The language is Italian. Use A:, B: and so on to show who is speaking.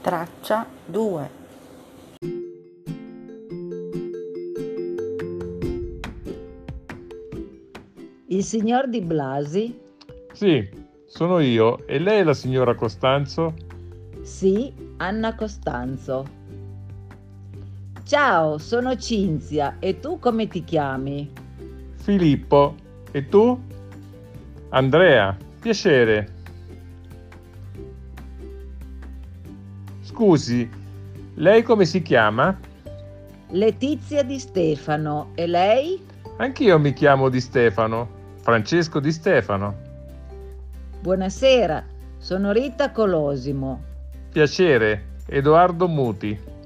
A: Traccia 2
B: Il signor Di Blasi?
C: Sì, sono io. E lei è la signora Costanzo?
B: Sì, Anna Costanzo. Ciao, sono Cinzia e tu come ti chiami?
C: Filippo. E tu? Andrea. Piacere. Scusi, lei come si chiama?
B: Letizia Di Stefano e lei?
C: Anch'io mi chiamo Di Stefano. Francesco Di Stefano.
B: Buonasera, sono Rita Colosimo.
C: Piacere. Edoardo Muti.